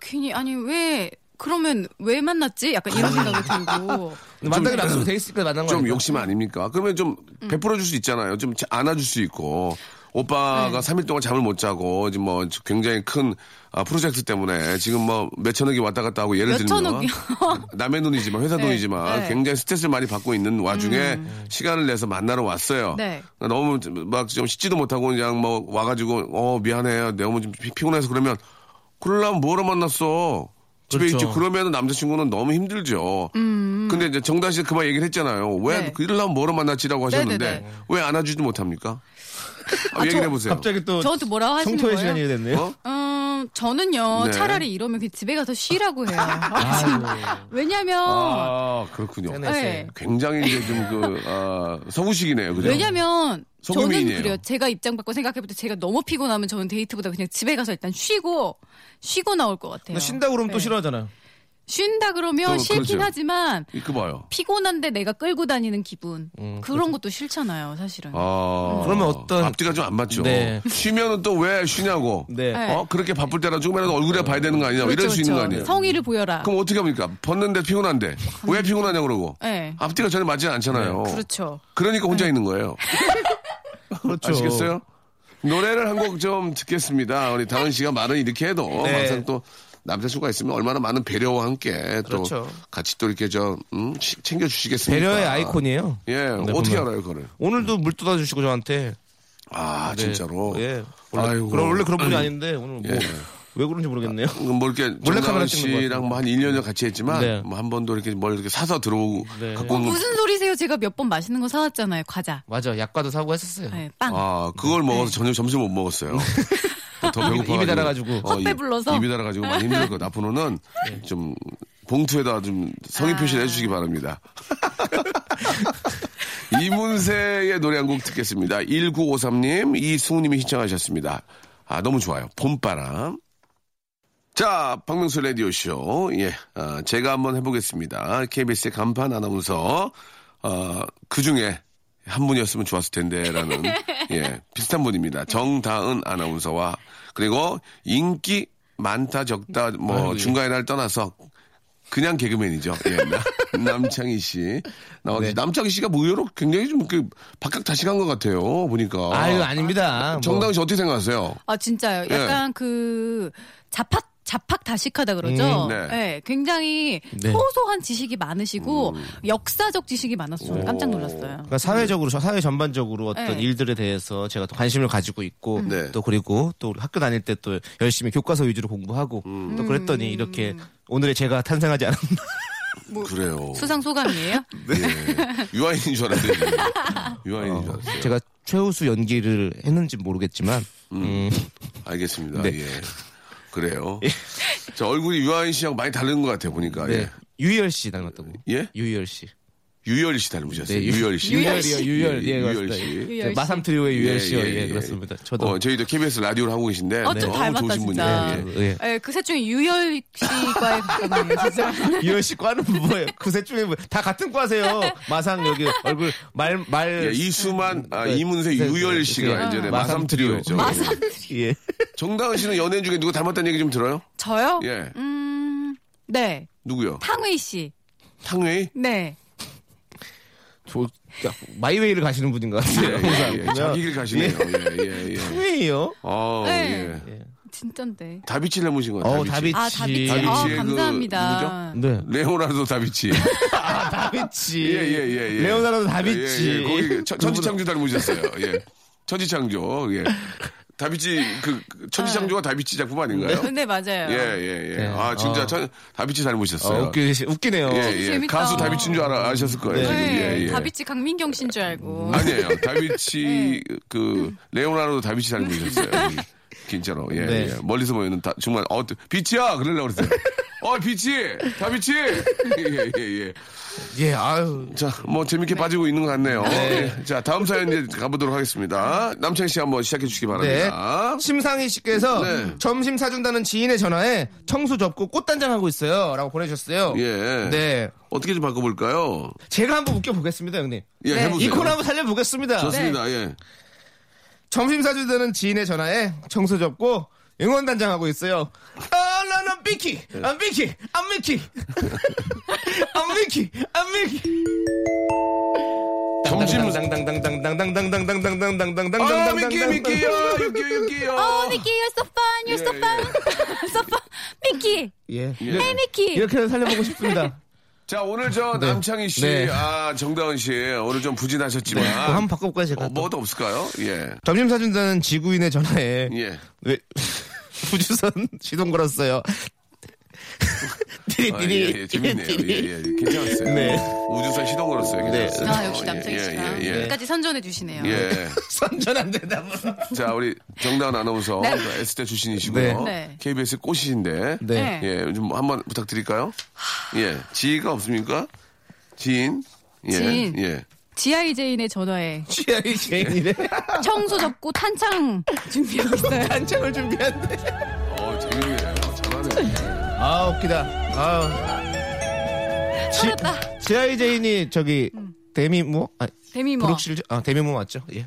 Speaker 5: 괜히 아니 왜 그러면 왜 만났지? 약간 이런
Speaker 2: 아.
Speaker 5: 생각이 들고
Speaker 6: 근데 만나기로 약속이 돼 있으니까 만난 거예요.
Speaker 2: 좀 욕심 아닙니까? 그러면 좀 베풀어 줄 수 있잖아요. 좀 자- 안아줄 수 있고.
Speaker 5: 네.
Speaker 2: 오빠가 삼 3일 동안 잠을 못 자고, 지금 뭐 굉장히 큰 아, 프로젝트 때문에 지금 뭐 몇천억이 왔다 갔다 하고 예를 들면.
Speaker 5: 몇천억이요?
Speaker 2: 남의 돈이지만, 회사 돈이지만
Speaker 5: 네. 음.
Speaker 2: 굉장히 스트레스를 많이 받고 있는 와중에 시간을 내서 만나러 왔어요.
Speaker 5: 네.
Speaker 2: 그러니까 너무 막 좀 씻지도 못하고 그냥 뭐 와가지고, 어, 미안해. 너무 좀 피- 피곤해서 그러면, 그러려면 뭐하러 만났어? 집에
Speaker 6: 그렇죠.
Speaker 2: 있지. 그러면 남자친구는 너무 힘들죠. 근데 이제 정다 씨가 그만 얘기를 했잖아요. 왜
Speaker 5: 음. 네.
Speaker 2: 그 이럴라면 뭐로 만났지라고 하셨는데
Speaker 5: 네네네.
Speaker 2: 왜 안아주지 못합니까? 한번 얘기를 해보세요.
Speaker 6: 갑자기 또
Speaker 5: 저한테 뭐라고 하시는
Speaker 6: 성토의
Speaker 5: 거예요?
Speaker 6: 시간이 됐네요.
Speaker 2: 어?
Speaker 5: 음, 저는요
Speaker 2: 네.
Speaker 5: 차라리 이러면 그냥 집에 가서 쉬라고 해요. 왜냐면
Speaker 2: 네.
Speaker 5: 어.
Speaker 2: 아 그렇군요.
Speaker 6: 세네.
Speaker 5: 네.
Speaker 2: 굉장히 이제 좀그 아, 서구식이네요. 그죠?
Speaker 5: 왜냐면 저는
Speaker 2: 소금이네요.
Speaker 5: 그래요. 제가 입장 바꿔 생각해볼 때 제가 너무 피곤하면 저는 데이트보다 그냥 집에 가서 일단 쉬고 쉬고 나올 것 같아요.
Speaker 6: 근데 쉰다 그러면 또
Speaker 5: 네.
Speaker 6: 싫어하잖아요.
Speaker 5: 쉰다
Speaker 2: 어,
Speaker 5: 그러면
Speaker 2: 그렇죠.
Speaker 5: 싫긴 하지만
Speaker 2: 이거 봐요.
Speaker 5: 피곤한데 내가 끌고 다니는 기분 그런 것도 싫잖아요, 사실은.
Speaker 2: 음, 그렇죠. 아,
Speaker 6: 그러면 어떤-
Speaker 2: 앞뒤가 좀 안 맞죠.
Speaker 6: 네.
Speaker 2: 쉬면은 또 왜 쉬냐고.
Speaker 6: 네.
Speaker 2: 어 그렇게 바쁠 때라 조금이라도 얼굴에 봐야 되는 거 아니냐? 고 이럴 수 있는 거 아니에요?
Speaker 5: 그렇죠, 성의를 보여라.
Speaker 2: 그럼 어떻게 합니까? 벗는데 피곤한데 왜 피곤하냐 고 그러고
Speaker 5: 네.
Speaker 2: 앞뒤가 전혀 맞지 않잖아요.
Speaker 5: 그렇죠.
Speaker 2: 그러니까 혼자 있는 거예요.
Speaker 6: 그렇죠.
Speaker 2: 아시겠어요? 노래를 한 곡 좀 듣겠습니다. 우리 다은 씨가 말은 이렇게 해도
Speaker 6: 네.
Speaker 2: 항상 또 남자친구가 있으면 얼마나 많은 배려와 함께 또
Speaker 6: 그렇죠.
Speaker 2: 같이 또 이렇게 저 음, 챙겨 주시겠습니까?
Speaker 6: 배려의 아이콘이에요.
Speaker 2: 예,
Speaker 6: 네,
Speaker 2: 어떻게
Speaker 6: 보면.
Speaker 2: 알아요 그거를?
Speaker 6: 오늘도 물 뜯어주시고 저한테.
Speaker 2: 아
Speaker 6: 네.
Speaker 2: 진짜로.
Speaker 6: 예. 원래,
Speaker 2: 아이고.
Speaker 6: 그럼 원래 그런 분이 아닌데 오늘 뭐, 왜 그런지 모르겠네요.
Speaker 2: 뭐 이렇게
Speaker 6: 몰래
Speaker 2: 정다은
Speaker 6: 카메라 찍는 것
Speaker 2: 씨랑 뭐한 1년을 같이 했지만
Speaker 6: 네.
Speaker 2: 뭐 한 번도 이렇게 뭘 이렇게 사서 들어오고
Speaker 6: 네.
Speaker 2: 갖고 온 거.
Speaker 5: 무슨 소리세요? 제가 몇 번 맛있는 거 사왔잖아요, 과자.
Speaker 6: 맞아. 약과도 사고 했었어요.
Speaker 5: 네, 빵.
Speaker 2: 아 그걸 먹어서 저녁 점심 못 먹었어요. 더 배고파 어,
Speaker 6: 입이 달아가지고.
Speaker 5: 헛 배불러서?
Speaker 2: 입이 달아가지고 많이 힘들 것 앞으로는 좀 봉투에다 좀 성의
Speaker 5: 아.
Speaker 2: 표시를 해주시기 바랍니다. 이문세의 노래 한 곡 듣겠습니다. 1953님, 이승우님이 신청하셨습니다. 아 너무 좋아요. 봄바람. 자, 박명수 라디오쇼. 예, 아, 제가 한번 해보겠습니다. KBS의 간판 아나운서, 어, 그 중에 한 분이었으면 좋았을 텐데라는, 예, 비슷한 분입니다. 정다은 아나운서와, 그리고 인기 많다, 적다, 뭐,
Speaker 6: 아이고, 예.
Speaker 2: 중간에 날 떠나서, 그냥 개그맨이죠. 예, 나- 남창희 씨. 나와
Speaker 6: 네.
Speaker 2: 계시- 남창희 씨가 뭐 의외로 굉장히 좀 그, 박각 다시간 것 같아요. 보니까.
Speaker 6: 아유 아닙니다. 뭐
Speaker 2: 정당 씨 어떻게 생각하세요?
Speaker 5: 아 진짜요.
Speaker 2: 예.
Speaker 5: 약간 그 자팍 자팍 다식하다 그러죠.
Speaker 2: 음, 네.
Speaker 5: 네, 굉장히
Speaker 6: 네.
Speaker 5: 소소한 지식이 많으시고
Speaker 2: 음.
Speaker 5: 역사적 지식이 많아서 저는 깜짝 놀랐어요.
Speaker 6: 그러니까 사회적으로 저- 사회 전반적으로 어떤
Speaker 5: 네.
Speaker 6: 일들에 대해서 제가 또 관심을 가지고 있고
Speaker 2: 네.
Speaker 6: 또 그리고 또 우리 학교 다닐 때 또 열심히 교과서 위주로 공부하고 또 그랬더니 이렇게 오늘의 제가 탄생하지 않았나
Speaker 2: 그래요.
Speaker 5: 수상 소감이에요?
Speaker 6: 네.
Speaker 2: 예. 유아인인 줄 알았어요. 지금. 유아인인 줄 알았어요.
Speaker 6: 제가 최우수 연기를 했는지 모르겠지만 음,
Speaker 2: 알겠습니다.
Speaker 6: 네. 예.
Speaker 2: 예. 그래요. 자, 얼굴이 유아인 씨하고 많이 다른 것 같아요, 보니까.
Speaker 6: 네. 유열 씨 닮았다고
Speaker 2: 예?
Speaker 6: 유열 씨
Speaker 2: 유열 씨 닮으셨어요.
Speaker 6: 네, 유-
Speaker 2: 유열 씨.
Speaker 6: 유열이요, 유열.
Speaker 2: 예,
Speaker 6: 예,
Speaker 2: 유열
Speaker 6: 맞습니다.
Speaker 2: 씨.
Speaker 5: 유열 씨.
Speaker 6: 마삼 트리오의
Speaker 2: 예,
Speaker 6: 유열 씨요
Speaker 2: 예,
Speaker 6: 예,
Speaker 2: 예.
Speaker 6: 그렇습니다 저도 아,
Speaker 2: 어, 저희도 KBS 라디오를 하고 계신데.
Speaker 5: 어, 좀
Speaker 2: 너무
Speaker 5: 닮았다
Speaker 2: 좋으신
Speaker 5: 진짜.
Speaker 2: 분이에요. 예.
Speaker 6: 예.
Speaker 5: 네, 그셋 중에 유열 씨과에 가깝네요, 진짜.
Speaker 6: 유열 씨 과는 뭐예요 그셋 중에 뭐, 다 같은 과세요 마상 여기 얼굴
Speaker 2: 예,
Speaker 6: 말말
Speaker 2: 이수만, 아,
Speaker 6: 네.
Speaker 2: 이문세
Speaker 6: 네,
Speaker 2: 유열
Speaker 6: 네,
Speaker 2: 씨가
Speaker 6: 네.
Speaker 2: 이제 네,
Speaker 6: 아.
Speaker 2: 마삼 트리오였죠.
Speaker 5: 마삼
Speaker 6: 예.
Speaker 2: 정다은 씨는 연예인 중에 누구 닮았다는 얘기 좀 들어요?
Speaker 5: 저요?
Speaker 2: 예.
Speaker 5: 음, 네,
Speaker 2: 누구요?
Speaker 5: 탕웨이 씨.
Speaker 2: 탕웨이?
Speaker 5: 네,
Speaker 6: 저 마이웨이를 가시는 분인 것
Speaker 2: 예,
Speaker 6: 같아요. 네.
Speaker 2: 예, 예. 자기 길 가시네요. 예, 예, 예.
Speaker 6: 탕웨이요?
Speaker 2: 아,
Speaker 5: 네.
Speaker 2: 예.
Speaker 5: 진짠데.
Speaker 2: 다비치 닮으신 것 같아요.
Speaker 6: 어, 다비치.
Speaker 5: 아 다비치. 아
Speaker 2: 다비치의 그
Speaker 5: 감사합니다.
Speaker 6: 네.
Speaker 2: 레오나르도 다비치.
Speaker 6: 다비치.
Speaker 2: 예, 예, 예, 예.
Speaker 6: 레오나르도 다비치.
Speaker 2: 예, 예. 거기 천- 천지창조 닮으셨어요. 예. 천지창조. 예. 다비치 그 천지창조가 다비치 작품 아닌가요?
Speaker 5: 네 맞아요.
Speaker 2: 예, 예, 예.
Speaker 6: 아. 네.
Speaker 2: 아, 진짜
Speaker 6: 어.
Speaker 2: 천, 다비치
Speaker 6: 어,
Speaker 2: 닮으셨어요.
Speaker 6: 웃기, 웃기네요.
Speaker 2: 예, 예.
Speaker 5: 어, 재밌다.
Speaker 2: 가수 다비치인 줄 알아, 아셨을 거예요. 지금.
Speaker 5: 네,
Speaker 2: 예, 음. 예.
Speaker 5: 다비치 강민경 씨인 줄 알고.
Speaker 2: 아니에요. 다비치
Speaker 5: 네.
Speaker 2: 그 레오나르도 다비치 닮으셨어요. 진짜로. 예,
Speaker 6: 네.
Speaker 2: 예. 멀리서 보면 다, 정말 어 비치야 그러려고 그랬어요. 어 비치 다비치 예예 예.
Speaker 6: 예, 아유.
Speaker 2: 자 뭐 재밌게 빠지고 있는 것 같네요. 예. 자 다음 사연 이제 가보도록 하겠습니다. 남창희 씨 한번 시작해 주시기
Speaker 6: 네.
Speaker 2: 바랍니다.
Speaker 6: 심상희 씨께서
Speaker 2: 네.
Speaker 6: 점심 사준다는 지인의 전화에 청수 접고 꽃단장 하고 있어요. 라고 보내주셨어요.
Speaker 2: 예.
Speaker 6: 네.
Speaker 2: 어떻게 좀 바꿔볼까요?
Speaker 6: 제가 한번 웃겨보겠습니다, 형님.
Speaker 2: 예 해보세요.
Speaker 6: 이 코너 한번 살려보겠습니다. 네.
Speaker 2: 좋습니다. 예.
Speaker 6: 점심 사주다는 지인의 전화에 청소 접고 응원단장 하고 있어요. 아, 나는 삐키, 안 삐키, 안 미키, 아, 안 미키, 안 미키.
Speaker 2: 점심 아
Speaker 6: 당당당당당당당당당당당당당당당당
Speaker 2: 미끼 미끼요 미끼 미끼요.
Speaker 5: 어, 미키, you're so fun, you're so
Speaker 2: 예,
Speaker 5: fun, so fun, 미키,
Speaker 6: 예.
Speaker 2: 예.
Speaker 5: hey 미키.
Speaker 6: 이렇게 살려보고 싶습니다.
Speaker 2: 자 오늘 저
Speaker 6: 네.
Speaker 2: 남창희 씨,
Speaker 6: 네. 뭐
Speaker 2: 아 정다은 씨 오늘 좀 부진하셨지만
Speaker 6: 한번 바꿔볼까요
Speaker 2: 어,
Speaker 6: 제가? 또?
Speaker 2: 뭐도 없을까요? 예,
Speaker 6: 점심 사준다는 지구인의 전화에
Speaker 2: 예.
Speaker 6: 왜 우주선 시동 걸었어요.
Speaker 2: 아, 예, 예, 재밌네요. 예, 예, 괜찮았어요.
Speaker 6: 네.
Speaker 2: 우주선 시동 걸었어요. 괜찮았어요.
Speaker 5: 아 역시
Speaker 2: 어,
Speaker 5: 남창희 씨가
Speaker 2: 예, 예,
Speaker 5: 여기까지 선전해 주시네요.
Speaker 2: 예. 예.
Speaker 6: 선전 안 된다.
Speaker 2: 자 우리 정다은 아나운서 그
Speaker 5: 네.
Speaker 2: S대 출신이시고요.
Speaker 5: 네.
Speaker 2: 네.
Speaker 5: 네.
Speaker 2: KBS 꽃이신데
Speaker 6: 네.
Speaker 2: 예, 좀 한번 부탁드릴까요? 예, 지혜가 없습니까? 지인, 예,
Speaker 5: 지인.
Speaker 2: 예.
Speaker 5: GI 제인의 전화에
Speaker 6: 취향이 제인이래.
Speaker 5: 청소 접고 탄창 준비하고 있어요.
Speaker 6: 한창을 준비한대.
Speaker 2: 어 재밌네요. 잘하네요.
Speaker 6: 아 웃기다. 아.
Speaker 5: 살았다.
Speaker 6: 지아이 제인이 저기 데미 뭐? 아,
Speaker 5: 데미모.
Speaker 6: 브룩실즈? 아 데미 뭐 맞죠? 예.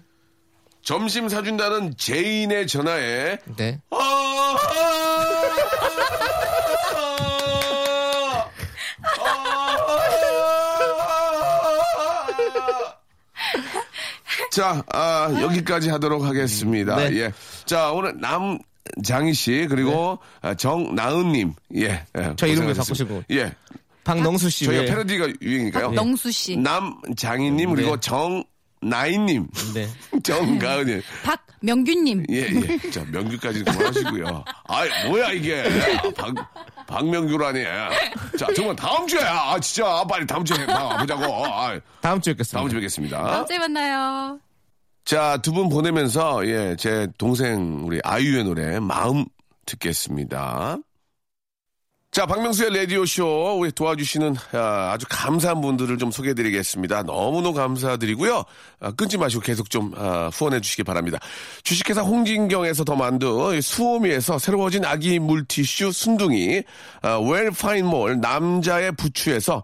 Speaker 2: 점심 사준다는 제인의 전화에
Speaker 6: 네.
Speaker 2: 아, 아, 아. 자, 아, 여기까지 하도록 하겠습니다.
Speaker 6: 네.
Speaker 2: 예. 자, 오늘 남, 장희 씨, 그리고 아, 정나은님. 예. 예,
Speaker 6: 네. 저 이름 왜
Speaker 2: 고생하셨습니다.
Speaker 6: 바꾸시고. 네.
Speaker 2: 예.
Speaker 6: 박명수 씨. 예.
Speaker 2: 저희가
Speaker 6: 왜-
Speaker 2: 패러디가 유행이니까요.
Speaker 5: 박명수 씨,
Speaker 2: 남장희님, 그리고
Speaker 6: 네.
Speaker 2: 정나인님.
Speaker 6: 네.
Speaker 2: 정가은님.
Speaker 5: 박명균님.
Speaker 2: 예, 예. 자, 명규까지 그만하시고요. 아이, 뭐야, 이게. 아, 박, 박명규라니. 자, 정말 다음 주에. 아, 진짜. 아, 빨리 다음 주에 봐, 보자고. 아,
Speaker 6: 다음 주에 뵙겠습니다.
Speaker 2: 다음 주에 뵙겠습니다.
Speaker 5: 다음 주에 만나요.
Speaker 2: 자, 두 분 보내면서, 예, 제 동생, 우리 아이유의 노래, 마음 듣겠습니다. 자, 박명수의 라디오쇼, 우리 도와주시는 아, 아주 감사한 분들을 좀 소개해드리겠습니다. 너무너무 감사드리고요. 아, 끊지 마시고 계속 좀 아, 후원해 주시기 바랍니다. 주식회사 홍진경에서 더 만두, 이 수오미에서 새로워진 아기 물티슈 순둥이, 아, 웰파인몰 남자의 부추에서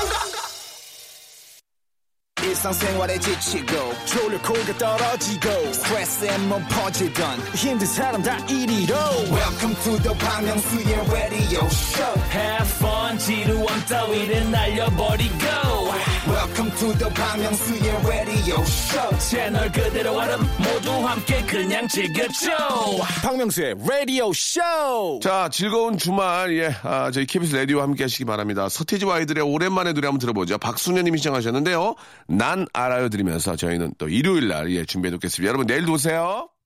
Speaker 1: 일상생활에 지치고, 졸려 코가 떨어지고, 스트레스에 몸 퍼지던, 힘든 사람 다 이리로. welcome to the Bang Myung-soo's radio show
Speaker 7: Have fun 지루함 따위를 날려버리고
Speaker 1: welcome to the Bang Myung-soo's radio show
Speaker 7: 채널 그대로 얼음 모두 함께 그냥 즐겨줘
Speaker 1: 박명수의 radio show
Speaker 2: 자, 즐거운 주말, 예, 아, 저희 KBS 라디오와 함께 하시기 바랍니다. 서태지와 아이들의 오랜만에 노래 한번 들어보죠. 박수녀 님이 시청하셨는데요. 난 알아요 드리면서 저희는 또 일요일 날, 예, 준비해 놓겠습니다. 여러분, 내일도 오세요.